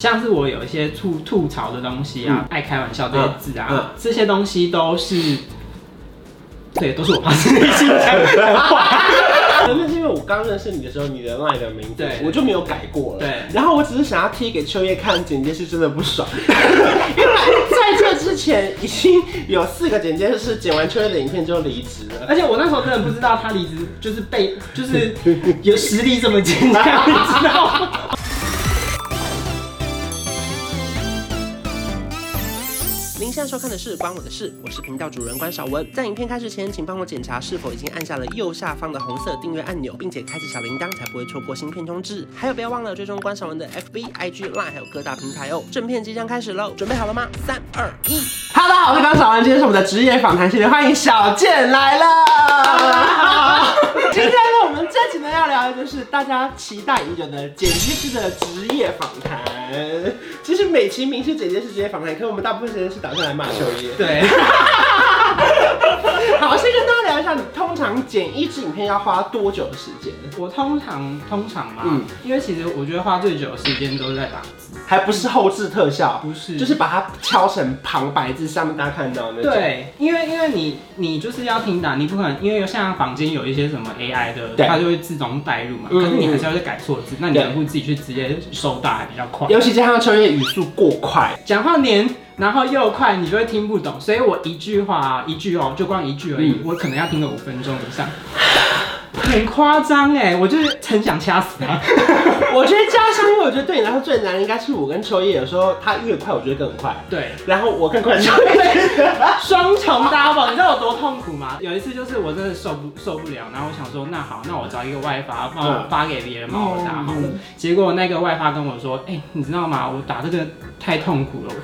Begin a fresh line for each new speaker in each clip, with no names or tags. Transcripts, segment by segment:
像是我有一些吐吐槽的东西啊，爱开玩笑这些字啊，
嗯嗯
这些东西都是，对，都是我发自内心讲的 话。
那是因为我刚认识你的时候，你的 LINE 的名字
对
我就没有改过了。
对
然后我只是想要贴给秋叶看，简介是真的不爽。 因为在这之前已经有四个简介是剪完秋叶的影片就离职了。
而且我那时候真的不知道他离职就是被就是有实力这么简单，你知道吗？
您现在收看的是《关我的事》，我是频道主人关少文。在影片开始前，请帮我检查是否已经按下了右下方的红色订阅按钮，并且开启小铃铛，才不会错过新片通知。还有，不要忘了追踪关少文的 FB、IG、Line，还有各大平台哦。正片即将开始喽，准备好了吗？三、二、一，Hello，大家好，我是关少文，今天是我们的职业访谈系列，欢迎小健来了。 今天呢，我们这集呢要聊的就是大家期待已久的剪接师的职业访谈。其实美其名是剪接师职业访谈，可我们大部分时间是打算来骂秋叶。
对，
好，先跟大家聊一下，你通常剪一支影片要花多久的时间？
我通常通常嘛，
嗯
因为其实我觉得花最久的时间都是在打字，
还不是后置特效，
不是
就是把它敲成旁白字，上面大家看到那种。，
对，因为因为你你就是要听啊打，你不可能因为像房间有一些什么 AI 的，
对
它就会自动带入嘛，
嗯
可是你还是要去改错字，那你
对
能不自己去直接收打还比较快。
尤其加上秋叶语速过快，
讲话黏，然后又快，你就会听不懂，所以我一句话啊一句哦、就光一句而已，
嗯
我可能要听个五分钟以上，很夸张哎，我就是很想掐死 他。
我觉得加上，因为我觉得对你来说最难的应该是我跟秋叶，有时候他越快，我觉得更快，
对，
然后我 更快秋叶。
双重 double，你知道我多痛苦吗？有一次就是我真的受不受不了，然后我想说，那好，那我找一个外发帮我发给别人帮我打好了。结果那个外发跟我说，哎、你知道吗？我打这个太痛苦了，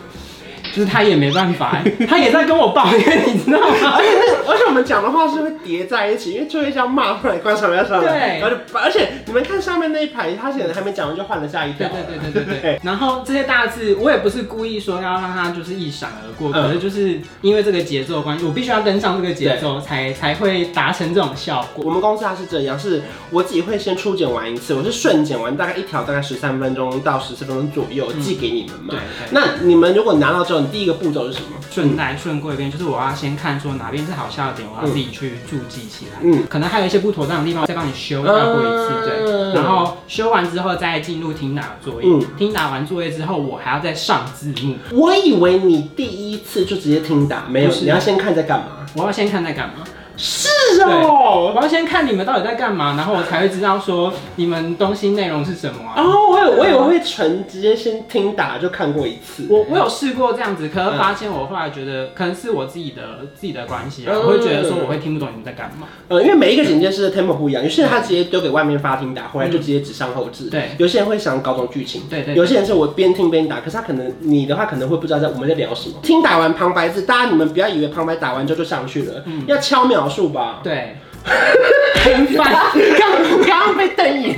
就是他也没办法、欸，他也在跟我抱 怨，你知道吗？
而且那 而且我们讲的话是会叠在一起，因为就会这样骂出来，关上门要上来，
对
然后就而且你们看上面那一排，他显然还没讲完就换了下一
对
条，
对对对对对。 然后这些大字，我也不是故意说要让它就是一闪而过，可是就是因为这个节奏的关系，我必须要跟上这个节奏，才才会达成这种效果。
我们公司它是这样，是我自己会先初剪完一次，我是顺剪完大概一条，大概十三分钟到十四分钟左右寄给你们嘛。
对对。
那你们如果拿到之后，你第一个步骤是什么？
顺带顺过一遍，就是我要先看说哪边是好笑的点，我要自己去注记起来。
嗯
嗯，可能还有一些不妥当的地方，我再帮你修再过一次，对。
嗯
然后修完之后再进入听打的作业，
嗯
听打完作业之后，我还要再上字幕，
我以为你第一次就直接听打，没有，
不是
你要先看在干嘛。
我要先看在干嘛，
是哦。
我要先看你们到底在干嘛，然后我才会知道说你们东西内容是什么啊。
哦，我有，我以为会纯直接先听打就看过一次。
我我有试过这样子，可是发现我后来觉得，可能是我自己的自己的关系啊，
嗯
我会觉得说我会听不懂你们在干嘛。
呃，因为每一个剪接
嗯
师的 tempo 不一样，有些人他直接丢给外面发听打，后来就直接只上后置。
对
有些人会想搞懂剧情。
对对对
有些人是我边听边打，可是他可能你的话可能会不知道在我们在聊什么。听打完旁白字，大家你们不要以为旁白打完之后就上去了，要敲秒数吧。
嗯对，很烦。
刚刚刚被瞪眼。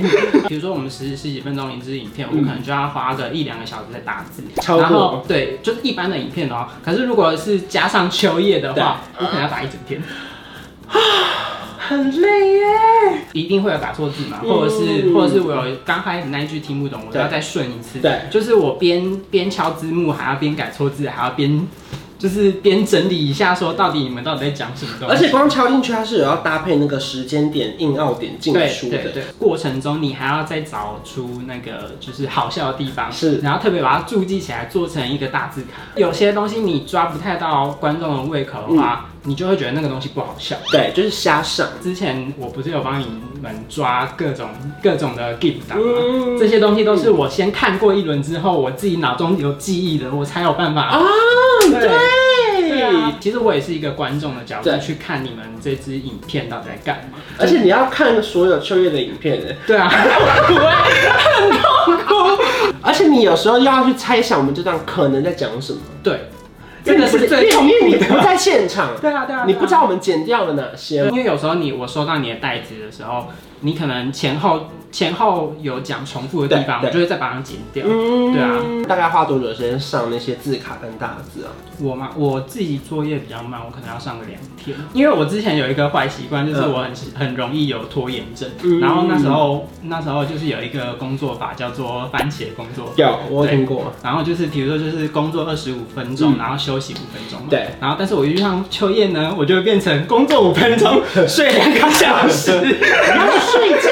比如说我们十十几分钟一支影片，我可能就要花个一两个小时在打字，
超过
然后对，就是一般的影片哦、可是如果是加上秋叶的话，我可能要打一整天，
嗯很累耶。
一定会有打错字嘛，
嗯
或者是或者是我有刚开始那一句听不懂，我就要
对
再顺一次。
对
就是我边边敲字幕，还要边改错字，还要边就是边整理一下，说到底你们到底在讲什么东西。
而且光敲进去，它是有要搭配那个时间点、硬奥点进
对
出
对
的。
对，过程中你还要再找出那个就是好笑的地方，
是
然后特别把它注记起来，做成一个大字卡。有些东西你抓不太到观众的胃口的
嗯
话，你就会觉得那个东西不好笑。
对，就是瞎上。
之前我不是有帮你们抓各种各种的 GIF 档吗？
嗯
这些东西都是我先看过一轮之后，我自己脑中有记忆的，我才有办法。
啊，
对对
对
啊。，其实我也是一个观众的角度
对
去看你们这支影片到底在干嘛。
而且你要看所有秋叶的影片耶
对啊，
而且你有时候又要去猜想我们这段可能在讲什么，
对，真的是最
因
痛
为
苦
你
的。
不在 现场，
对啊，对啊，
你不知道我们剪掉了哪
对
些
啊。。因为有时候你我收到你的袋子的时候，你可能前后前后有讲重复的地方，
对
我
对
就会再把它剪掉。
嗯
对啊，
大概花多久的时间上那些字卡跟大字啊？
我嘛，我自己作业比较慢，我可能要上个两天，因为我之前有一个坏习惯，就是我很很容易有拖延症。
嗯
然后那时候那时候就是有一个工作法叫做番茄工作法，
有，嗯我有
对
听过。
然后就是比如说就是工作二十五分钟，
嗯
然后休息五分钟嘛。
对。
然后但是我遇上秋叶呢，我就会变成工作五分 钟，睡两个小时。
然后睡觉。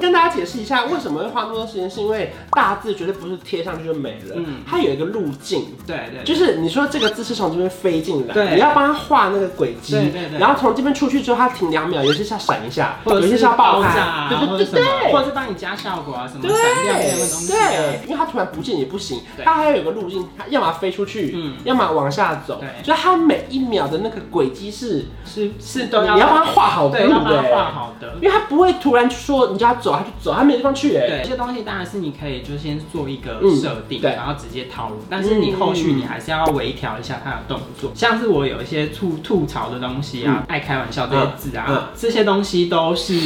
跟大家解释一下，为什么会花那么多时间，是因为大字绝对不是贴上去就没了，
嗯
它有一个路径。
对对。
就是你说这个字是从这边飞进来，
对
你要帮它画那个轨迹
对对，对
然后从这边出去之后，它停两秒，有些是要闪一下，
或
有
者
些
是
是要爆
炸
开，
啊，
对
或者
对
什么，
对
或
对。
者是帮你加效果啊，什么
对
闪亮那个东西啊。
对，因为它突然不见也不行，
对
它还有一个路径，它要么飞出去，
嗯
要么往下走，
对
所以它每一秒的那个轨迹是，
是是都要
你要帮它画好路
对，要把它画
的，
好的。
因为它不会突然说你叫它走，它就走，它没地方去，哎，
对，这个东西当然是你可以就先做一个
嗯
设定，
对嗯
然后直接套入，但是你后续你还是要微调一下它的动作。像是我有一些吐吐槽的东西啊，爱开玩笑这些字啊，
嗯
这些东西都是，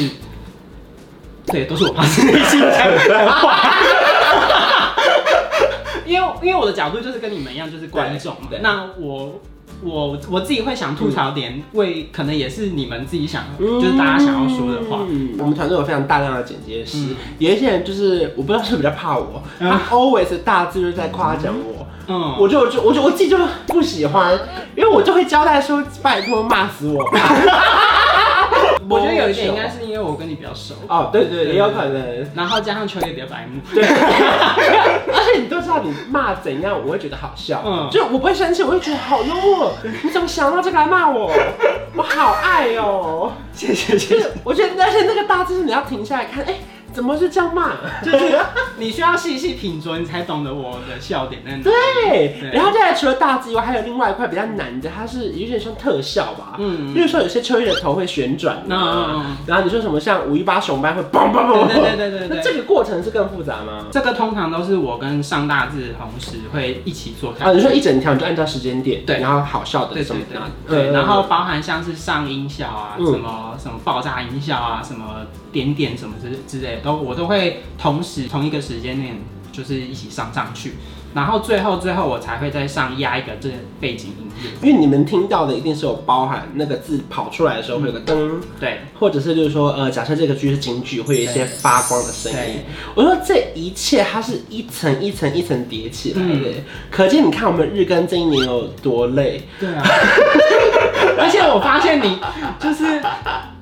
对，都是我发自内心讲的话。 因为因为我的角度就是跟你们一样，就是观众嘛
对对。
那我我我自己会想吐槽点，为可能也是你们自己想，
嗯
就是大家想要说的话。
嗯我们团队有非常大量的剪接师，
嗯
有一些人就是我不知道是比较怕我，
嗯
他 always 大字就是在夸奖我，
嗯，
我就我就我就我自己就不喜欢，因为我就会交代说，拜托骂死我吧。
我觉得有一点应该是因为我跟你比较熟，
哦，对对，也有可能。
然后加上秋叶比较白目，
对，而且你都知道你骂怎样，我会觉得好笑，
嗯
就我不会生气，我会觉得好幽默。你怎么想到这个来骂我？我好爱哦、
谢谢
就
谢
是。我觉得，而且那个大字是你要停下来看，哎、怎么是这样骂？
就是你需要细细品酌，你才懂得我的笑点在哪。
对，
对
然后再来除了大字以外，还有另外一块比较难的，它是有点像特效吧。嗯，
嗯
例如说有些秋叶的头会旋转啊，
嗯嗯嗯
然后你说什么像五一八熊班会嘣嘣嘣，
对对对对对对
那这个过程是更复杂吗？
这个通常都是我跟上大字的同时会一起做下
啊，你说一整条你就按照时间点，
对
然后好笑的
对
什
对
么
对
的，
对，
嗯
然后包含像是上音效啊，
嗯
什么什么爆炸音效啊，什么点点什么之之类的，都我都会同时同一个时间点就是一起上上去，然后最后最后我才会再上压一个这个背景音乐。
因为你们听到的一定是有包含那个字跑出来的时候
嗯
会有个噔，
对，
或者是就是说呃，假设这个剧是京剧，会有一些
对
发光的声音
对。
我说这一切它是一层一层一层叠起来的，
嗯
可见你看我们日更这一年有多 累。
对啊，而且我发现你就是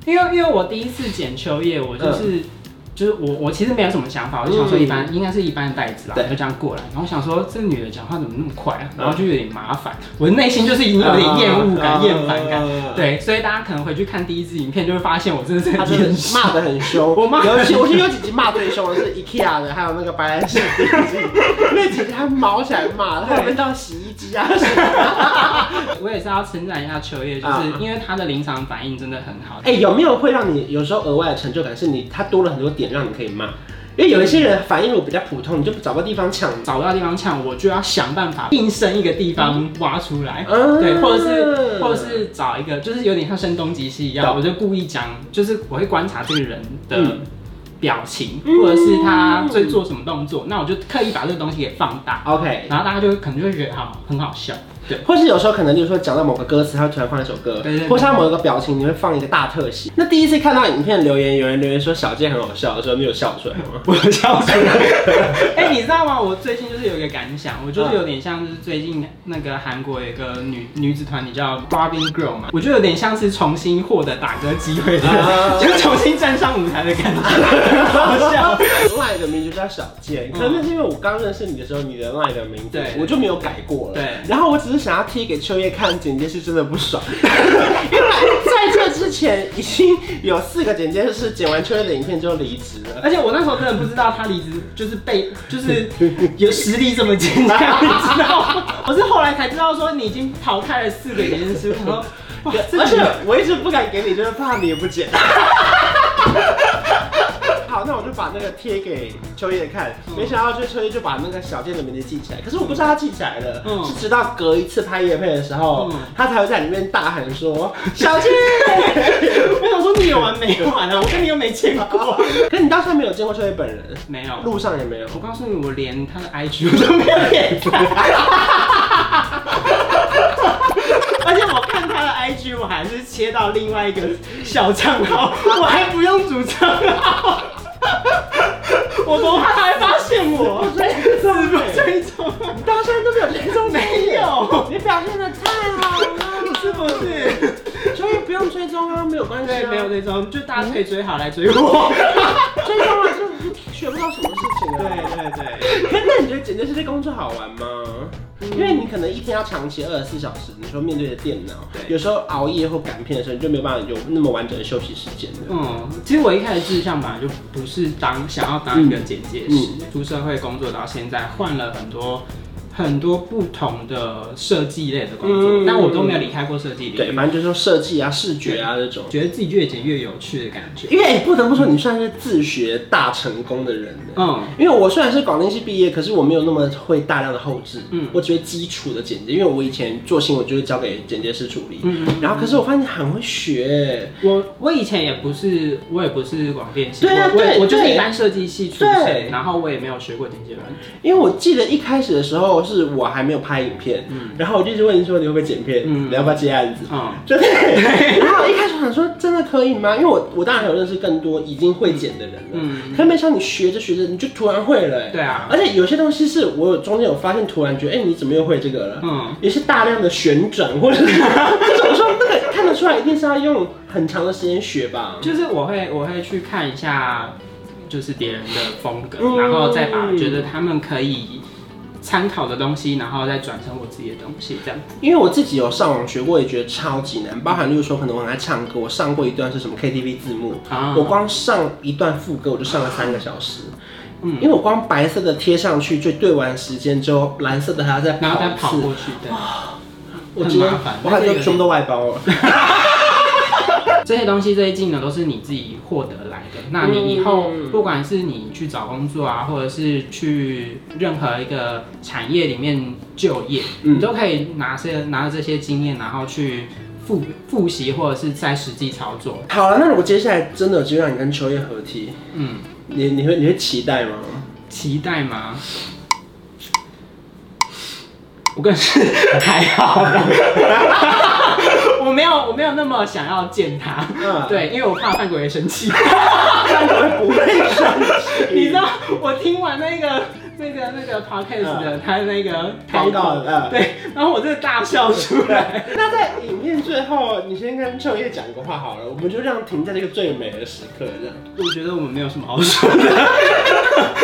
因为因为我第一次剪秋叶，我就是、
嗯
就是我我其实没有什么想法，我就想说一般、应该是一般的袋子啦，啊
对嗯
我就这样过来，然后我想说这女的讲话怎么那么快啊，然后就有点麻烦，我的内心就是已经有点厌恶感、
啊
厌烦感
啊，
对，所以大家可能回去看第一支影片就会发现我真的是
他
很
真的
厌世
是骂得很 凶，
我骂得
尤
很
其
凶
我觉得有几集骂最凶的是 IKEA 的，还有那个白兰氏第一集，那几集他毛起来骂，他有被到洗衣机啊什 么。
我也是要称赞一下秋叶，就
啊
是因为她的临场反应真的很好。
哎、有没有会让你有时候额外的成就感是你他多了很多点让你可以骂？因为有一些人反应如果比较普通，你就找不到地方抢。
找不到地方呛，我就要想办法硬生一个地方挖出来，
嗯
对，或者是或者是找一个，就是有点像声东击西一样，
懂
我就故意讲，就是我会观察这个人的
嗯
表情，
嗯
或者是他在做什么动作，那我就刻意把这个东西给放大，
嗯 OK，
然后大家就会可能就会觉得好很好笑，对。
或是有时候可能，例如说讲到某个歌词，他会突然放一首歌，
对对对
或是他某一个表情，你会放一个大特写。那第一次看到影片留言，有人留言说小健很好笑的时候，你有笑出来 吗？
我笑出来。哎、你知道吗？我最近就是有一个感想，我就是有点像，就是最近那个韩国有一个女女子团体叫 Robin Girl 嘛，我就有点像是重新获得打歌机会的
啊
人， 就重新站上舞台的 感觉，很好笑。
赖的名字叫小健，可能是因为我刚认识你的时候，你的赖的名字
对
我就没有改过了。
对
然后我只是想要贴给秋叶看，简介是真的不爽， 因为在这之前已经有四个简介是剪完秋叶的影片就离职了。
而且我那时候真的不知道他离职就是被就是 有实力这么简单，你知道吗？我是后来才知道说你已经淘汰了四个研究师，我说哇，这
而
个
且我一直不敢给你，就是怕你也不剪。好，好，那我就把那个贴给秋叶看。
嗯
没想到就秋叶就把那个小店的名字记起来，可是我不知道他记起来了，
嗯
是直到隔一次拍夜配的时候
嗯，
他才会在里面大喊说：“小 倩。
我想说你有完没完啊？我跟你又没见过。
可是你到现在没有见过秋叶本人，
没有，
路上也没有。
我告诉你，我连他的 IG 我都没有点开， 而且我看他的 IG，我还是切到另外一个小账号，我还不用主账号， 我多怕他会发现我，死不追踪，你到现在都没有追踪，没有，
你表现的太 好了，
是不是？
秋叶不用追踪啊，没有关系、
对，
啊，
没有追踪，就大家可以追好来追我。
追踪啊，就学不到什么事情
对
啊。
对对，
可那你觉得剪接师这工作好玩吗？因为你可能一天要长期二十四小时，你说面对着电脑，
对
有时候熬夜或赶片的时候，你就没有办法有那么完整的休息时间了。
嗯，其实我一开始志向本来就不是当想要当一个剪接师，
嗯
出社会工作到现在，换了很多很多不同的设计类的工作，
嗯
但我都没有离开过设计领
对，
域，
反正就是说设计啊、视觉啊这种。
觉得自己越剪越有趣的感觉。
因为、哎不得不说，你算是自学大成功的人了。
嗯，
因为我虽然是广电系毕业，可是我没有那么会大量的后置，
嗯
我只会基础的剪接，因为我以前做新闻就是交给剪接师处理，
嗯嗯
然后可是我发现你很会学，欸
我我以前也不是，我也不是广电系，
对啊
我我也
对
我就是
对
一般设计系出
对
身，然后我也没有学过剪接软体，
因为我记得一开始的时候是我还没有拍影片，然后我就一直问你说你会不会剪片，
嗯
你要不要接案子，
嗯，
就对。然后一开始我想说真的可以吗？因为我我当然有认识更多已经会剪的人了，
嗯
可是没想到你学着学着你就突然会了、哎
对啊
而且有些东西是我有中间有发现，突然觉得哎、你怎么又会这个了？
嗯，
也是大量的旋转或者 是这种说那个看得出来一定是要用很长的时间学吧。
就是我会我会去看一下，就是别人的风格，
嗯
然后再把觉得他们可以参考的东西，然后再转成我自己的东西，这样。
因为我自己有上网学过，也觉得超级难。包含例如说，可能我很爱唱歌，我上过一段是什么 KTV 字幕，
啊
我光上一段副歌我就上了三个小时。
嗯
因为我光白色的贴上去，就对完时间之后，蓝色的还要再
然后再
跑
跑
一次。
过去，对，
我今天
很麻烦
我还
但是有
就
点
全部都外包了。
这些东西这些技能都是你自己获得来的。那你以后不管是你去找工作啊，或者是去任何一个产业里面就业，
嗯
你都可以拿这拿着这些经验，然后去复复习或者是在实际操作。
好了，那如果接下来真的就让你跟秋叶合体，
嗯，
你你会你会期待吗？
期待吗？我个人是还好啦，我没有我没有那么想要见他，
嗯
对，因为我怕范国也生 气。
当然不会生 气。
你知道我听完那个那个那个 podcast 的他的那个
广嗯告
开头
嗯
对，然后我真的大笑出来。
那在影片最后，你先跟秋叶讲个话好了，我们就让停在这个最美的时刻，这样。
我觉得我们没有什么好说的。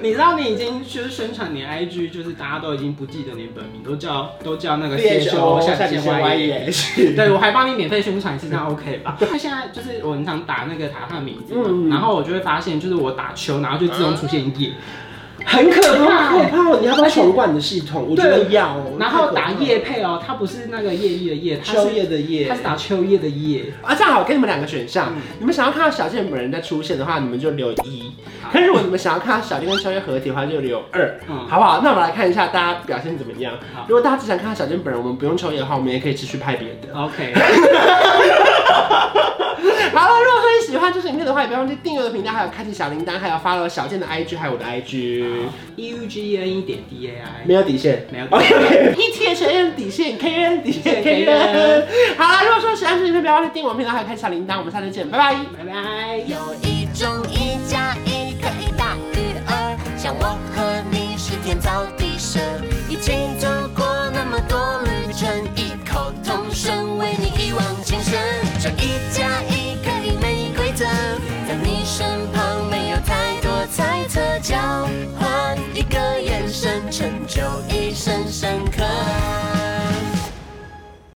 你知道你已经就是宣传你的 IG，就是大家都已经不记得你的本名，都叫都叫那个谢修
下
下
线 E
线 Y
哦歪
A。
也是。
对，我还帮你免费宣传一次， 那 OK 吧？他现在就是我很常打那个打他的名字嘛，
嗯啊
然后我就会发现，就是我打球，然后就自动出现叶，
很可怕，
对
可怕！你要不要重灌你的系统？我觉得要哦。
然后打
太可
叶配哦，他不是那个叶力的叶，
怕
他
了秋
是
叶的叶
他是。打嗯秋叶的叶，
啊，这样好，给你们两个选项。你们想要看到小健本人再出现的话，你们就留一；可是如果你们想要看到小健跟秋叶合体的话，就留二，
嗯
好不好？那我们来看一下大家表现怎么样
好。
如果大家只想看到小健本人，我们不用秋叶的话，我们也可以持续拍别的。
，OK，
好了，如果说你喜欢这支影片的话，也不要忘记订阅我的频道，还有开启小铃铛，还有 follow 小健的 IG，还有我的 IG。
E U G E N 一点 D A I，
没有底
哦
线，
没有底
OK OK，一 T H N 底线，K N 底线，K N。好啦，如果说喜欢这影片，不要忘记订我们频道，还有开小铃铛。我们下次见，拜拜。
拜拜。
有一种一加一可以大于二，像我和你是天造地设，一起做